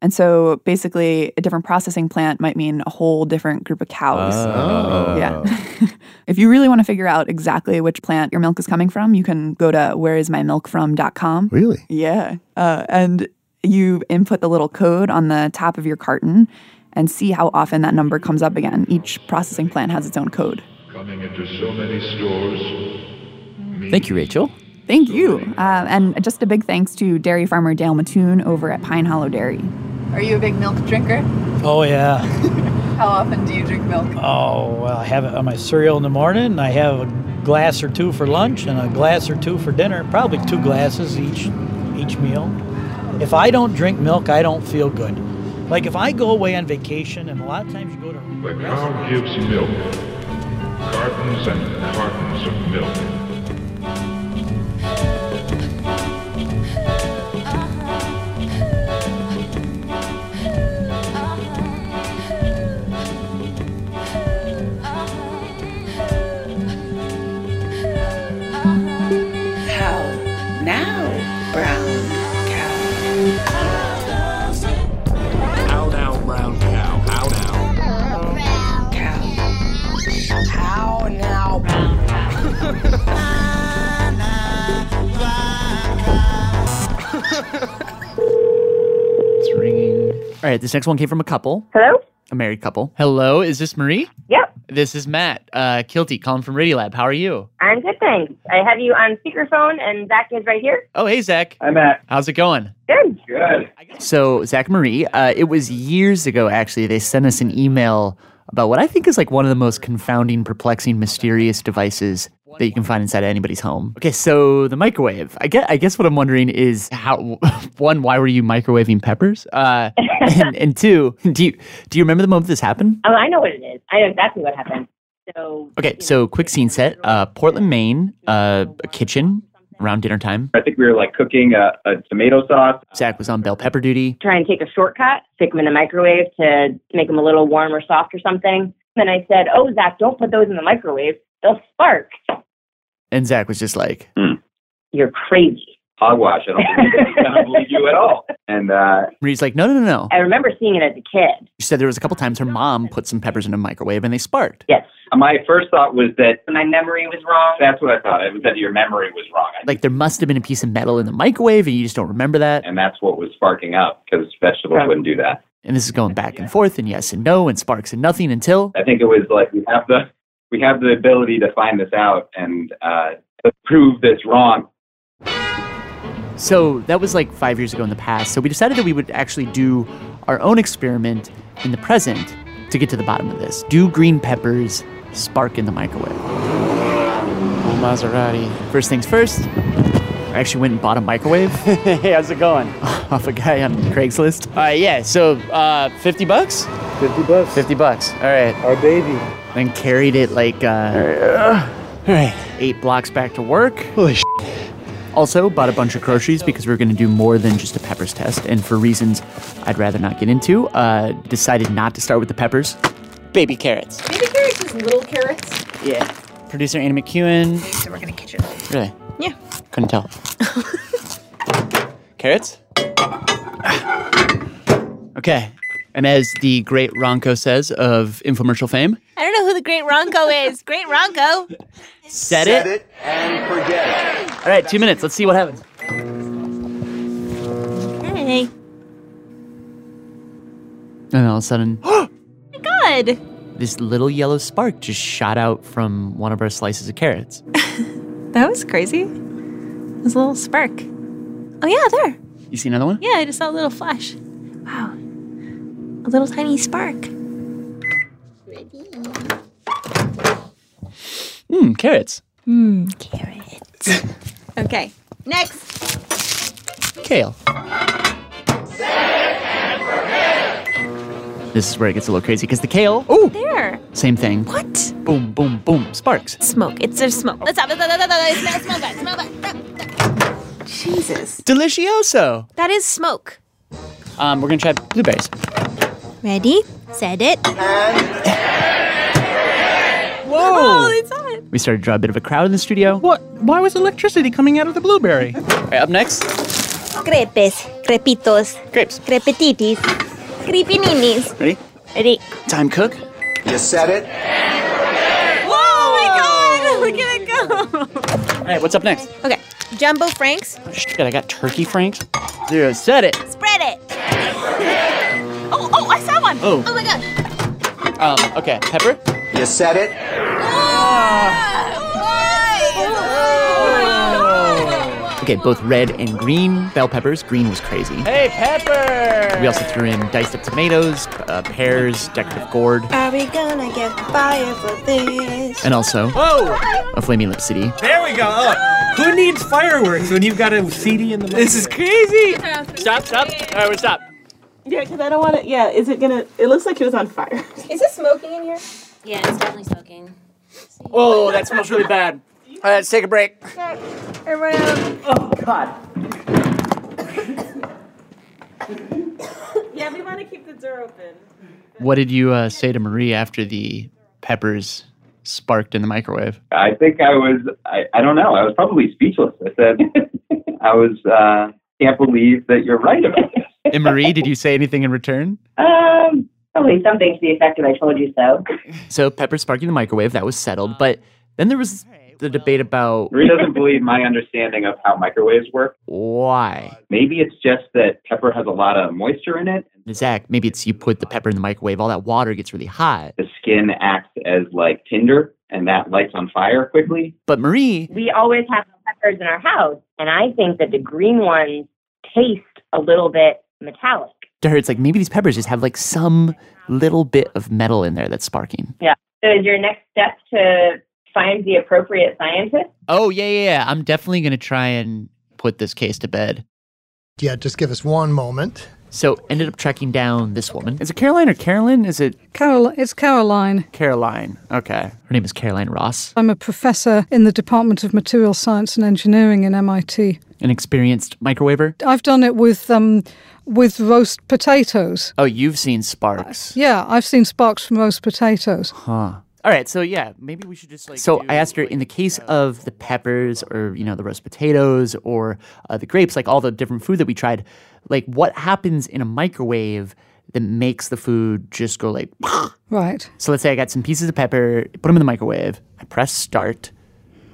Speaker 26: And so basically, a different processing plant might mean a whole different group of cows. Uh,
Speaker 5: Oh.
Speaker 26: Yeah. if you really want to figure out exactly which plant your milk is coming from, you can go to whereismymilkfrom.com.
Speaker 5: Really?
Speaker 26: Yeah. Uh, and you input the little code on the top of your carton and see how often that number comes up again. Each processing plant has its own code.
Speaker 11: Coming into so many stores.
Speaker 6: Thank you, Rachel.
Speaker 26: Thank you. Uh, and just a big thanks to dairy farmer Dale Mattoon over at Pine Hollow Dairy.
Speaker 10: Are you a big milk drinker?
Speaker 9: Oh, yeah.
Speaker 10: How often do you drink milk?
Speaker 9: Oh, well, I have it on my cereal in the morning, and I have a glass or two for lunch and a glass or two for dinner, probably two glasses each each meal. If I don't drink milk, I don't feel good. Like if I go away on vacation, and a lot of times you go to
Speaker 11: The cow gives milk. Cartons and cartons of milk.
Speaker 13: How now, brown cow? How now, brown cow? How now? Brown cow. How now, brown cow?
Speaker 34: All right, this next one came from a couple.
Speaker 8: Hello?
Speaker 34: A married couple. Hello, is this Marie?
Speaker 8: Yep.
Speaker 34: This is Matt uh, Kilty, calling from Radiolab. How are you?
Speaker 8: I'm good, thanks. I have you on speakerphone, and Zach is right here.
Speaker 34: Oh, hey, Zach.
Speaker 8: Hi, Matt.
Speaker 34: How's it going?
Speaker 8: Good.
Speaker 34: Good. So, Zach and Marie, uh, it was years ago, actually, they sent us an email about what I think is like one of the most confounding, perplexing, mysterious devices that you can find inside anybody's home. Okay, so the microwave. I guess, I guess what I'm wondering is how, one, why were you microwaving peppers? Uh, and, and two, do you, do you remember the moment this happened?
Speaker 8: Oh, I know what it is. I know exactly what happened. So,
Speaker 34: Okay, so quick scene set. Uh, Portland, Maine, uh, a kitchen around dinner time.
Speaker 12: I think we were like cooking a, a tomato sauce.
Speaker 34: Zach was on bell pepper duty.
Speaker 8: try and take a shortcut, stick them in the microwave to make them a little warm or soft or something. Then I said, Oh, Zach, don't put those in the microwave. They'll spark.
Speaker 34: And Zach was just like,
Speaker 8: You're crazy.
Speaker 12: Hmm. Hogwash. I don't believe, I don't believe you at all. And uh,
Speaker 34: Marie's like, no, no, no, no.
Speaker 8: I remember seeing it as a kid.
Speaker 34: She said there was a couple times her mom put some peppers in a microwave and they sparked.
Speaker 8: Yes.
Speaker 12: my first thought was that
Speaker 8: My memory was wrong.
Speaker 12: that's what I thought. It was that your memory was wrong.
Speaker 34: Like there must have been a piece of metal in the microwave and you just don't remember that.
Speaker 12: And that's what was sparking up because vegetables wouldn't do that.
Speaker 34: And this is going back and forth and yes and no and sparks and nothing until
Speaker 12: I think it was like we have the we have the ability to find this out and uh, prove this wrong.
Speaker 34: So that was like five years ago in the past. So we decided that we would actually do our own experiment in the present to get to the bottom of this. Do green peppers spark in the microwave? Oh, Maserati. First things first, I actually went and bought a microwave. hey, how's it going? Off a guy on Craigslist. All right, yeah, so uh, 50 bucks? 50 bucks. 50 bucks, all right. Our baby. Then carried it like, uh, all right, eight blocks back to work. Holy also, bought a bunch of groceries because we were going to do more than just a peppers test, and for reasons I'd rather not get into, uh, decided not to start with the peppers. Baby carrots.
Speaker 10: Baby carrots is little carrots.
Speaker 34: Yeah. Producer Anna McEwen.
Speaker 10: So we're gonna kitchen.
Speaker 34: Really?
Speaker 10: Yeah.
Speaker 34: Couldn't tell. carrots? Okay. And as the great Ronco says of infomercial fame,
Speaker 31: I don't know who the great Ronco is. Great Ronco.
Speaker 34: set, it.
Speaker 12: and forget
Speaker 34: All right, two minutes. Let's see what happens.
Speaker 31: Hey.
Speaker 34: And all of a sudden,
Speaker 31: My God.
Speaker 34: this little yellow spark just shot out from one of our slices of carrots.
Speaker 31: That was crazy. It was a little spark. Oh, yeah, there.
Speaker 34: You see another one?
Speaker 31: Yeah, I just saw a little flash. Wow. A little tiny spark.
Speaker 34: Mmm, carrots.
Speaker 31: Hmm, carrots. okay, next.
Speaker 34: Kale. This is where it gets a little crazy because the kale. Oh!
Speaker 31: There.
Speaker 34: Same thing.
Speaker 31: What?
Speaker 34: Boom, boom, boom. Sparks.
Speaker 31: Smoke. It's there's smoke. Let's have it. Smell that. Smell that. Jesus.
Speaker 34: Delicioso.
Speaker 31: That is smoke.
Speaker 34: Um, we're gonna try blueberries.
Speaker 31: Ready? Said it.
Speaker 34: Whoa!
Speaker 7: Oh,
Speaker 34: We started to draw a bit of a crowd in the studio. Oh. What? Why was electricity coming out of the blueberry? up next.
Speaker 3: Crepes, crepitos,
Speaker 34: grapes,
Speaker 3: crepetitis, crepininis.
Speaker 34: Ready?
Speaker 3: Ready?
Speaker 34: Time cook.
Speaker 28: You said it.
Speaker 31: Whoa! Oh my God! Look at it
Speaker 34: All right, what's up next?
Speaker 31: go. okay, Jumbo Franks.
Speaker 34: Shit, I got turkey franks. Zero, set it.
Speaker 31: Spread it. oh, oh! I saw one.
Speaker 34: Oh.
Speaker 31: my God!
Speaker 34: Um, okay, pepper. You said it. Okay, both red and green bell peppers. Green was crazy.
Speaker 31: Hey, Pepper.
Speaker 34: We also threw in diced up tomatoes, uh, pears, decorative gourd,
Speaker 3: Are we gonna get fired for this?
Speaker 34: and also
Speaker 15: Oh!
Speaker 34: a flaming lip city.
Speaker 15: There we go. Oh, who needs fireworks when you've got a CD in the This is crazy.
Speaker 34: Stop, stop. All right, we're stop.
Speaker 17: Yeah, because I don't want to. Yeah, is it gonna? It looks like it was on fire.
Speaker 3: Is it smoking in here? Yeah, it's definitely smoking.
Speaker 34: Oh, that smells really bad. All right, let's take a break.
Speaker 3: Around.
Speaker 17: Oh God. yeah, we want to keep the door open.
Speaker 34: What did you uh, say to Marie after the peppers sparked in the microwave?
Speaker 12: I think I was I, I don't know. I was probably speechless. I said I was uh, can't believe that you're right about this.
Speaker 34: And Marie, did you say anything in return?
Speaker 8: Um, probably something to the effect of I told you so.
Speaker 34: So pepper sparking the microwave, that was settled. But then there was the debate about
Speaker 12: Marie doesn't believe my understanding of how microwaves work.
Speaker 34: Why?
Speaker 12: Maybe it's just that pepper has a lot of moisture in it.
Speaker 34: Zach, maybe it's you put the pepper in the microwave, all that water gets really hot.
Speaker 12: The skin acts as like tinder, and that lights on fire quickly.
Speaker 34: But Marie,
Speaker 8: We always have peppers in our house, and I think that the green ones taste a little bit metallic.
Speaker 34: to her, it's like maybe these peppers just have like some little bit of metal in there that's sparking.
Speaker 8: Yeah. So is your next step to find the appropriate scientist?
Speaker 34: Oh, yeah, yeah, yeah. I'm definitely going to try and put this case to bed.
Speaker 24: Yeah, just give us one moment.
Speaker 34: So ended up tracking down this woman. Is it Caroline or Carolyn? Is it
Speaker 35: Carol, it's Caroline.
Speaker 34: Caroline? Okay. Her name is Caroline Ross.
Speaker 35: I'm a professor in the Department of Material Science and Engineering in MIT.
Speaker 34: An experienced microwaver.
Speaker 35: I've done it with um, with roast potatoes.
Speaker 34: Oh, you've seen sparks.
Speaker 35: Yeah, I've seen sparks from roast potatoes.
Speaker 34: Huh. All right, so yeah, maybe we should just like. uh, So I asked her in the case of the peppers, or you know, the roast potatoes, or uh, the grapes, like all the different food that we tried, like what happens in a microwave that makes the food just go like.
Speaker 35: Right.
Speaker 34: So let's say I got some pieces of pepper, put them in the microwave, I press start.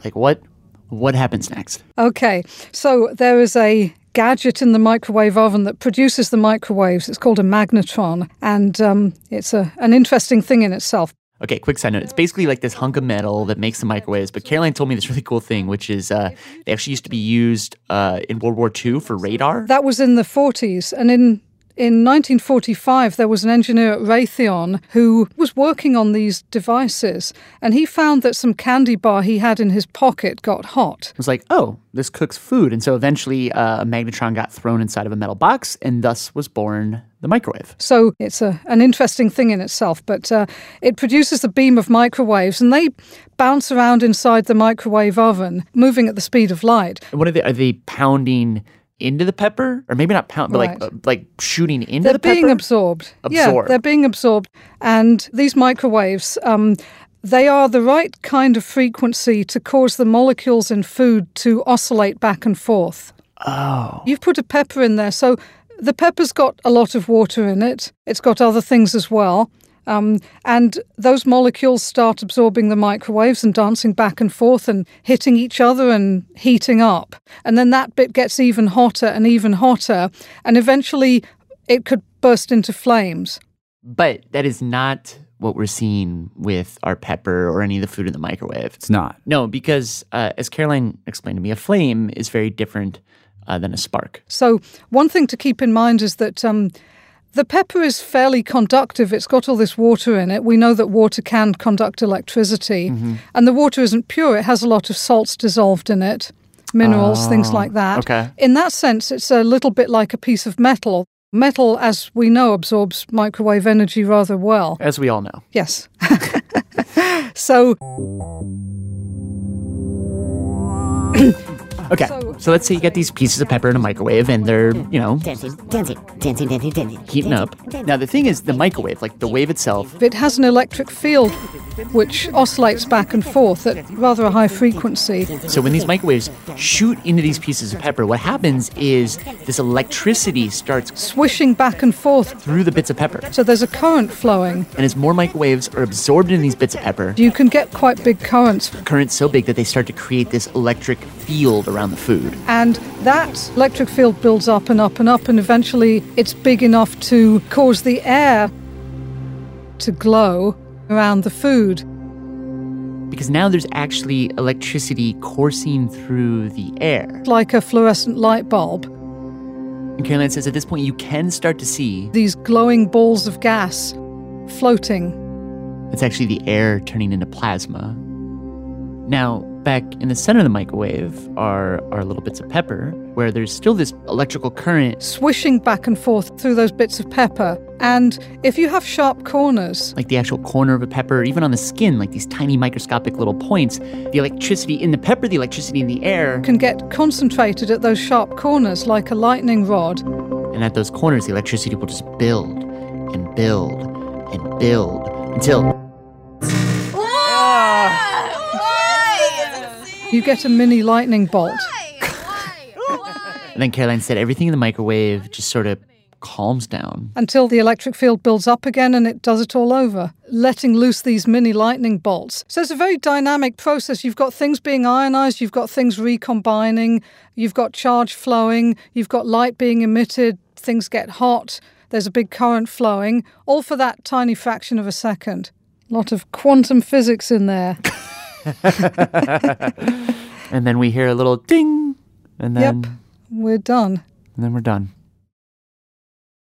Speaker 34: Like what? What happens next?
Speaker 35: Okay, so there is a gadget in the microwave oven that produces the microwaves. It's called a magnetron, and um, it's a, an interesting thing in itself.
Speaker 34: Okay, quick side note. It's basically like this hunk of metal that makes the microwaves. But Caroline told me this really cool thing, which is uh, they actually used to be used uh, in World War II for radar.
Speaker 35: That was in the 40s. And in, in 1945, there was an engineer at Raytheon who was working on these devices. And he found that some candy bar he had in his pocket got hot.
Speaker 34: It was like, oh, this cooks food. And so eventually uh, a magnetron got thrown inside of a metal box, and thus was born the microwave.
Speaker 35: So it's a, an interesting thing in itself, but uh, it produces a beam of microwaves and they bounce around inside the microwave oven, moving at the speed of light.
Speaker 34: And What are they? Are they pounding into the pepper, or maybe not pound, but like
Speaker 35: Right.
Speaker 34: uh, like shooting into
Speaker 35: They're
Speaker 34: the pepper?
Speaker 35: being absorbed. Yeah,
Speaker 34: Absorbed.
Speaker 35: they're being absorbed. And these microwaves, um, they are the right kind of frequency to cause the molecules in food to oscillate back and forth.
Speaker 34: Oh.
Speaker 35: You've put a pepper in there, so the pepper's got a lot of water in it. It's got other things as well. Um, and those molecules start absorbing the microwaves and dancing back and forth and hitting each other and heating up. And then that bit gets even hotter and even hotter. And eventually it could burst into flames.
Speaker 34: But that is not what we're seeing with our pepper or any of the food in the microwave. It's
Speaker 6: not.
Speaker 34: No, because uh, as Caroline explained to me, a flame is very different uh, than a spark.
Speaker 35: So, one thing to keep in mind is that um, the pepper is fairly conductive. It's got all this water in it. We know that water can conduct electricity,
Speaker 34: Mm-hmm.
Speaker 27: Mhm.
Speaker 35: and the water isn't pure. It has a lot of salts dissolved in it, minerals, things
Speaker 34: Ah,
Speaker 27: Oh,
Speaker 35: like that.
Speaker 27: okay.
Speaker 35: In that sense, it's a little bit like a piece of metal. Metal, as we know, absorbs microwave energy rather well.
Speaker 34: As we all know.
Speaker 35: Yes. so,
Speaker 34: Okay, so, let's say you get these pieces of pepper in a microwave and they're, you know,
Speaker 7: Dancing, dancing, dancing, dancing, dancing.
Speaker 34: heating up. Now, the thing is, the microwave, like the wave itself,
Speaker 35: It has an electric field which oscillates back and forth at rather a high frequency.
Speaker 34: So when these microwaves shoot into these pieces of pepper, what happens is this electricity starts
Speaker 35: swishing back and forth
Speaker 34: through the bits of pepper.
Speaker 35: So there's a current flowing.
Speaker 34: And as more microwaves are absorbed in these bits of pepper,
Speaker 35: You can get quite big currents.
Speaker 34: currents so big that they start to create this electric field around the food.
Speaker 35: And that electric field builds up and up and up, and eventually it's big enough to cause the air to glow around the food.
Speaker 34: Because now there's actually electricity coursing through the air.
Speaker 35: Like a fluorescent light bulb,
Speaker 34: And Caroline says at this point you can start to see
Speaker 35: these glowing balls of gas floating
Speaker 34: it's actually the air turning into plasma. Now, back in the center of the microwave are are little bits of pepper where there's still this electrical current
Speaker 35: swishing back and forth through those bits of pepper. And if you have sharp corners,
Speaker 34: like the actual corner of a pepper, or even on the skin, like these tiny microscopic little points, the electricity in the pepper, the electricity in the air,
Speaker 35: can get concentrated at those sharp corners like a lightning rod.
Speaker 34: and at those corners, the electricity will just build and build and build until
Speaker 35: You get a mini lightning bolt.
Speaker 34: and then Caroline said everything in the microwave just sort of calms down.
Speaker 35: until the electric field builds up again and it does it all over, letting loose these mini lightning bolts. So it's a very dynamic process. You've got things being ionized, you've got things recombining, you've got charge flowing, you've got light being emitted, things get hot, there's a big current flowing, all for that tiny fraction of a second. Lot of quantum physics in there.
Speaker 34: and then we hear a little ding, and then
Speaker 35: Yep, we're done.
Speaker 34: and then we're done.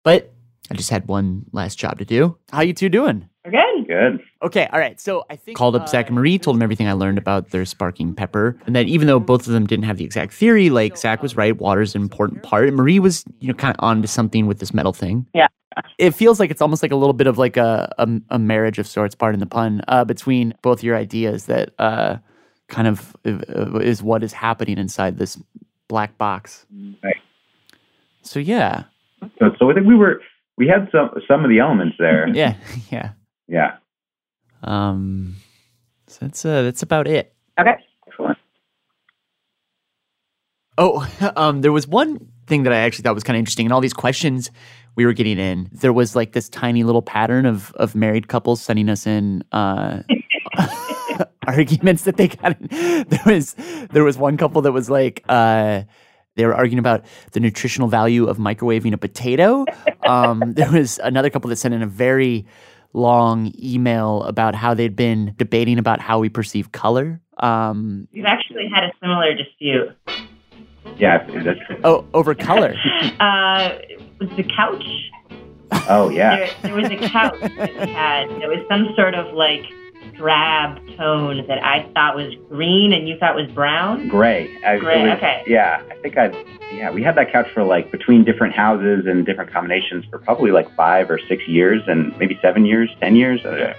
Speaker 34: But I just had one last job to do. How you two doing?
Speaker 8: Again?
Speaker 12: Good.
Speaker 34: Okay, all right. So I think
Speaker 4: uh,
Speaker 34: called up Zach and Marie, told them everything I learned about their sparking pepper, and that even though both of them didn't have the exact theory, like Zach was right, water's an important part. And Marie was, you know, kind of onto something with this metal thing.
Speaker 8: Yeah.
Speaker 34: It feels like it's almost like a little bit of like a a, a marriage of sorts, pardon the pun, uh, between both your ideas that uh, kind of uh, is what is happening inside this black box.
Speaker 12: Right.
Speaker 34: So yeah,
Speaker 12: So, so I think we were we had some some of the elements there.
Speaker 34: yeah, yeah.
Speaker 12: Yeah.
Speaker 34: Um, so that's uh, that's about it.
Speaker 8: Okay.
Speaker 12: Excellent.
Speaker 34: Oh, um, there was one thing that I actually thought was kind of interesting, and all these questions we were getting in. There was like this tiny little pattern of of married couples sending us in uh, arguments that they got. In. There was there was one couple that was like. Uh, they were arguing about the nutritional value of microwaving a potato. Um, there was another couple that sent in a very long email about how they'd been debating about how we perceive color. Um,
Speaker 8: We've actually had a similar dispute.
Speaker 12: Yeah, that's true.
Speaker 34: oh, over color.
Speaker 8: Uh, was the couch?
Speaker 12: Oh yeah.
Speaker 8: There, there was a couch that we had. There was some sort of like drab tone that I thought was green and you thought was brown.
Speaker 12: Gray. I, it
Speaker 8: Gray,
Speaker 12: was-
Speaker 8: okay.
Speaker 12: Yeah, I think I. Yeah, we had that couch for like between different houses and different combinations for probably like five or six years, and maybe seven years, ten years. uh,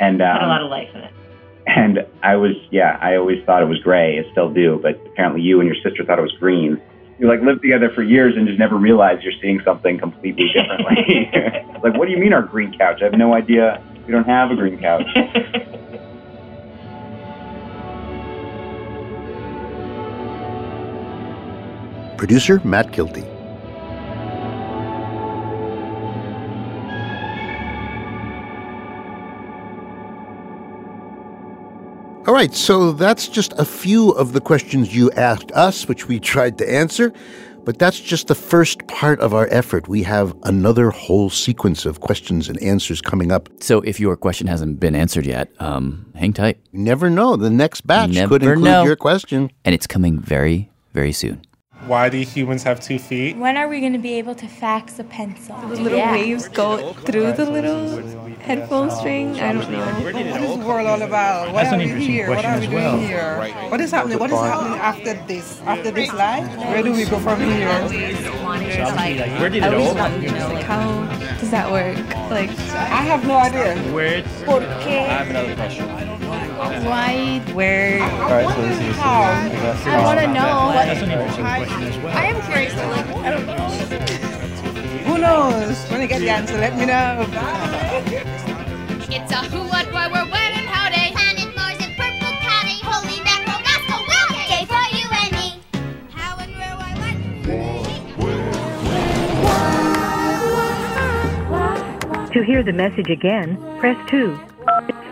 Speaker 12: And um,
Speaker 8: Had a lot of life in it.
Speaker 12: and I was yeah, I always thought it was gray. I still do, but apparently you and your sister thought it was green. You like lived together for years and just never realized you're seeing something completely differently. like, what do you mean our green couch? I have no idea. We don't have a green couch.
Speaker 5: Producer Matt Kilty. All right, so that's just a few of the questions you asked us, which we tried to answer. But that's just the first part of our effort. We have another whole sequence of questions and answers coming up.
Speaker 6: So if your question hasn't been answered yet, um, hang tight.
Speaker 5: You never know. The next batch
Speaker 6: Never
Speaker 5: could include
Speaker 6: know.
Speaker 5: your question.
Speaker 6: And it's coming very, very soon.
Speaker 15: Why do humans have two feet?
Speaker 27: When are we going to be able to fax a pencil?
Speaker 10: The little waves go through the little headphone string. I don't know.
Speaker 4: What is the world all about? What
Speaker 10: That's an
Speaker 4: are we
Speaker 10: interesting
Speaker 4: here? What
Speaker 10: question
Speaker 4: are
Speaker 10: as
Speaker 4: we
Speaker 10: well.
Speaker 4: doing here? What is happening? What is Goodbye. happening after this? After this life? Where do we go from here?
Speaker 15: Where did it all come
Speaker 4: How does that work? Like I have no idea.
Speaker 15: Where?
Speaker 4: Okay.
Speaker 15: have another question.
Speaker 4: Why? Where?
Speaker 15: All right, so this is. uh,
Speaker 4: I wanna know what- That's
Speaker 15: an interesting question as well.
Speaker 4: I am curious. Like I don't know. Who knows? When you get the answer, let me know.
Speaker 14: It's a who, what, why, where, when, and how day. Planet Mars and purple county. Holy mackerel, Gasco, Wilkie. Day for you and me.
Speaker 16: To hear the message again, press 2.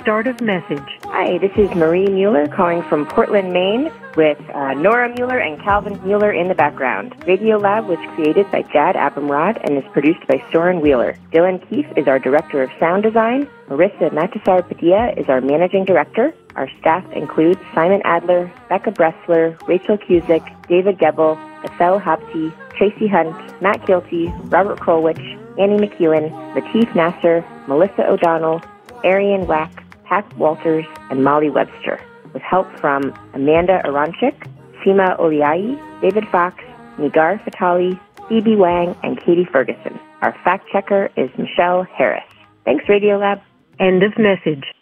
Speaker 16: Start of message.
Speaker 8: Hi, this is Marie Mueller calling from Portland, Maine, with uh, Nora Mueller and Calvin Mueller in the background. Radio Lab was created by Jad Abumrad and is produced by Soren Wheeler. Dylan Keefe is our director of sound design. Marissa Matasar Padilla is our managing director. Our staff includes Simon Adler, Becca Bressler, Rachel Cusick, David Gebel, Ethel Hapti, Tracy Hunt, Matt Kilty, Robert Krolwich, Annie McEwen, Latif Nasser, Melissa O'Donnell, Arian Wack, Pat Walters, and Molly Webster, with help from Amanda Aronchik, Sima Oliai, David Fox, Nigar Fatali, Phoebe Wang, and Katie Ferguson. Our fact checker is Michelle Harris. Thanks, Radiolab.
Speaker 16: End of message.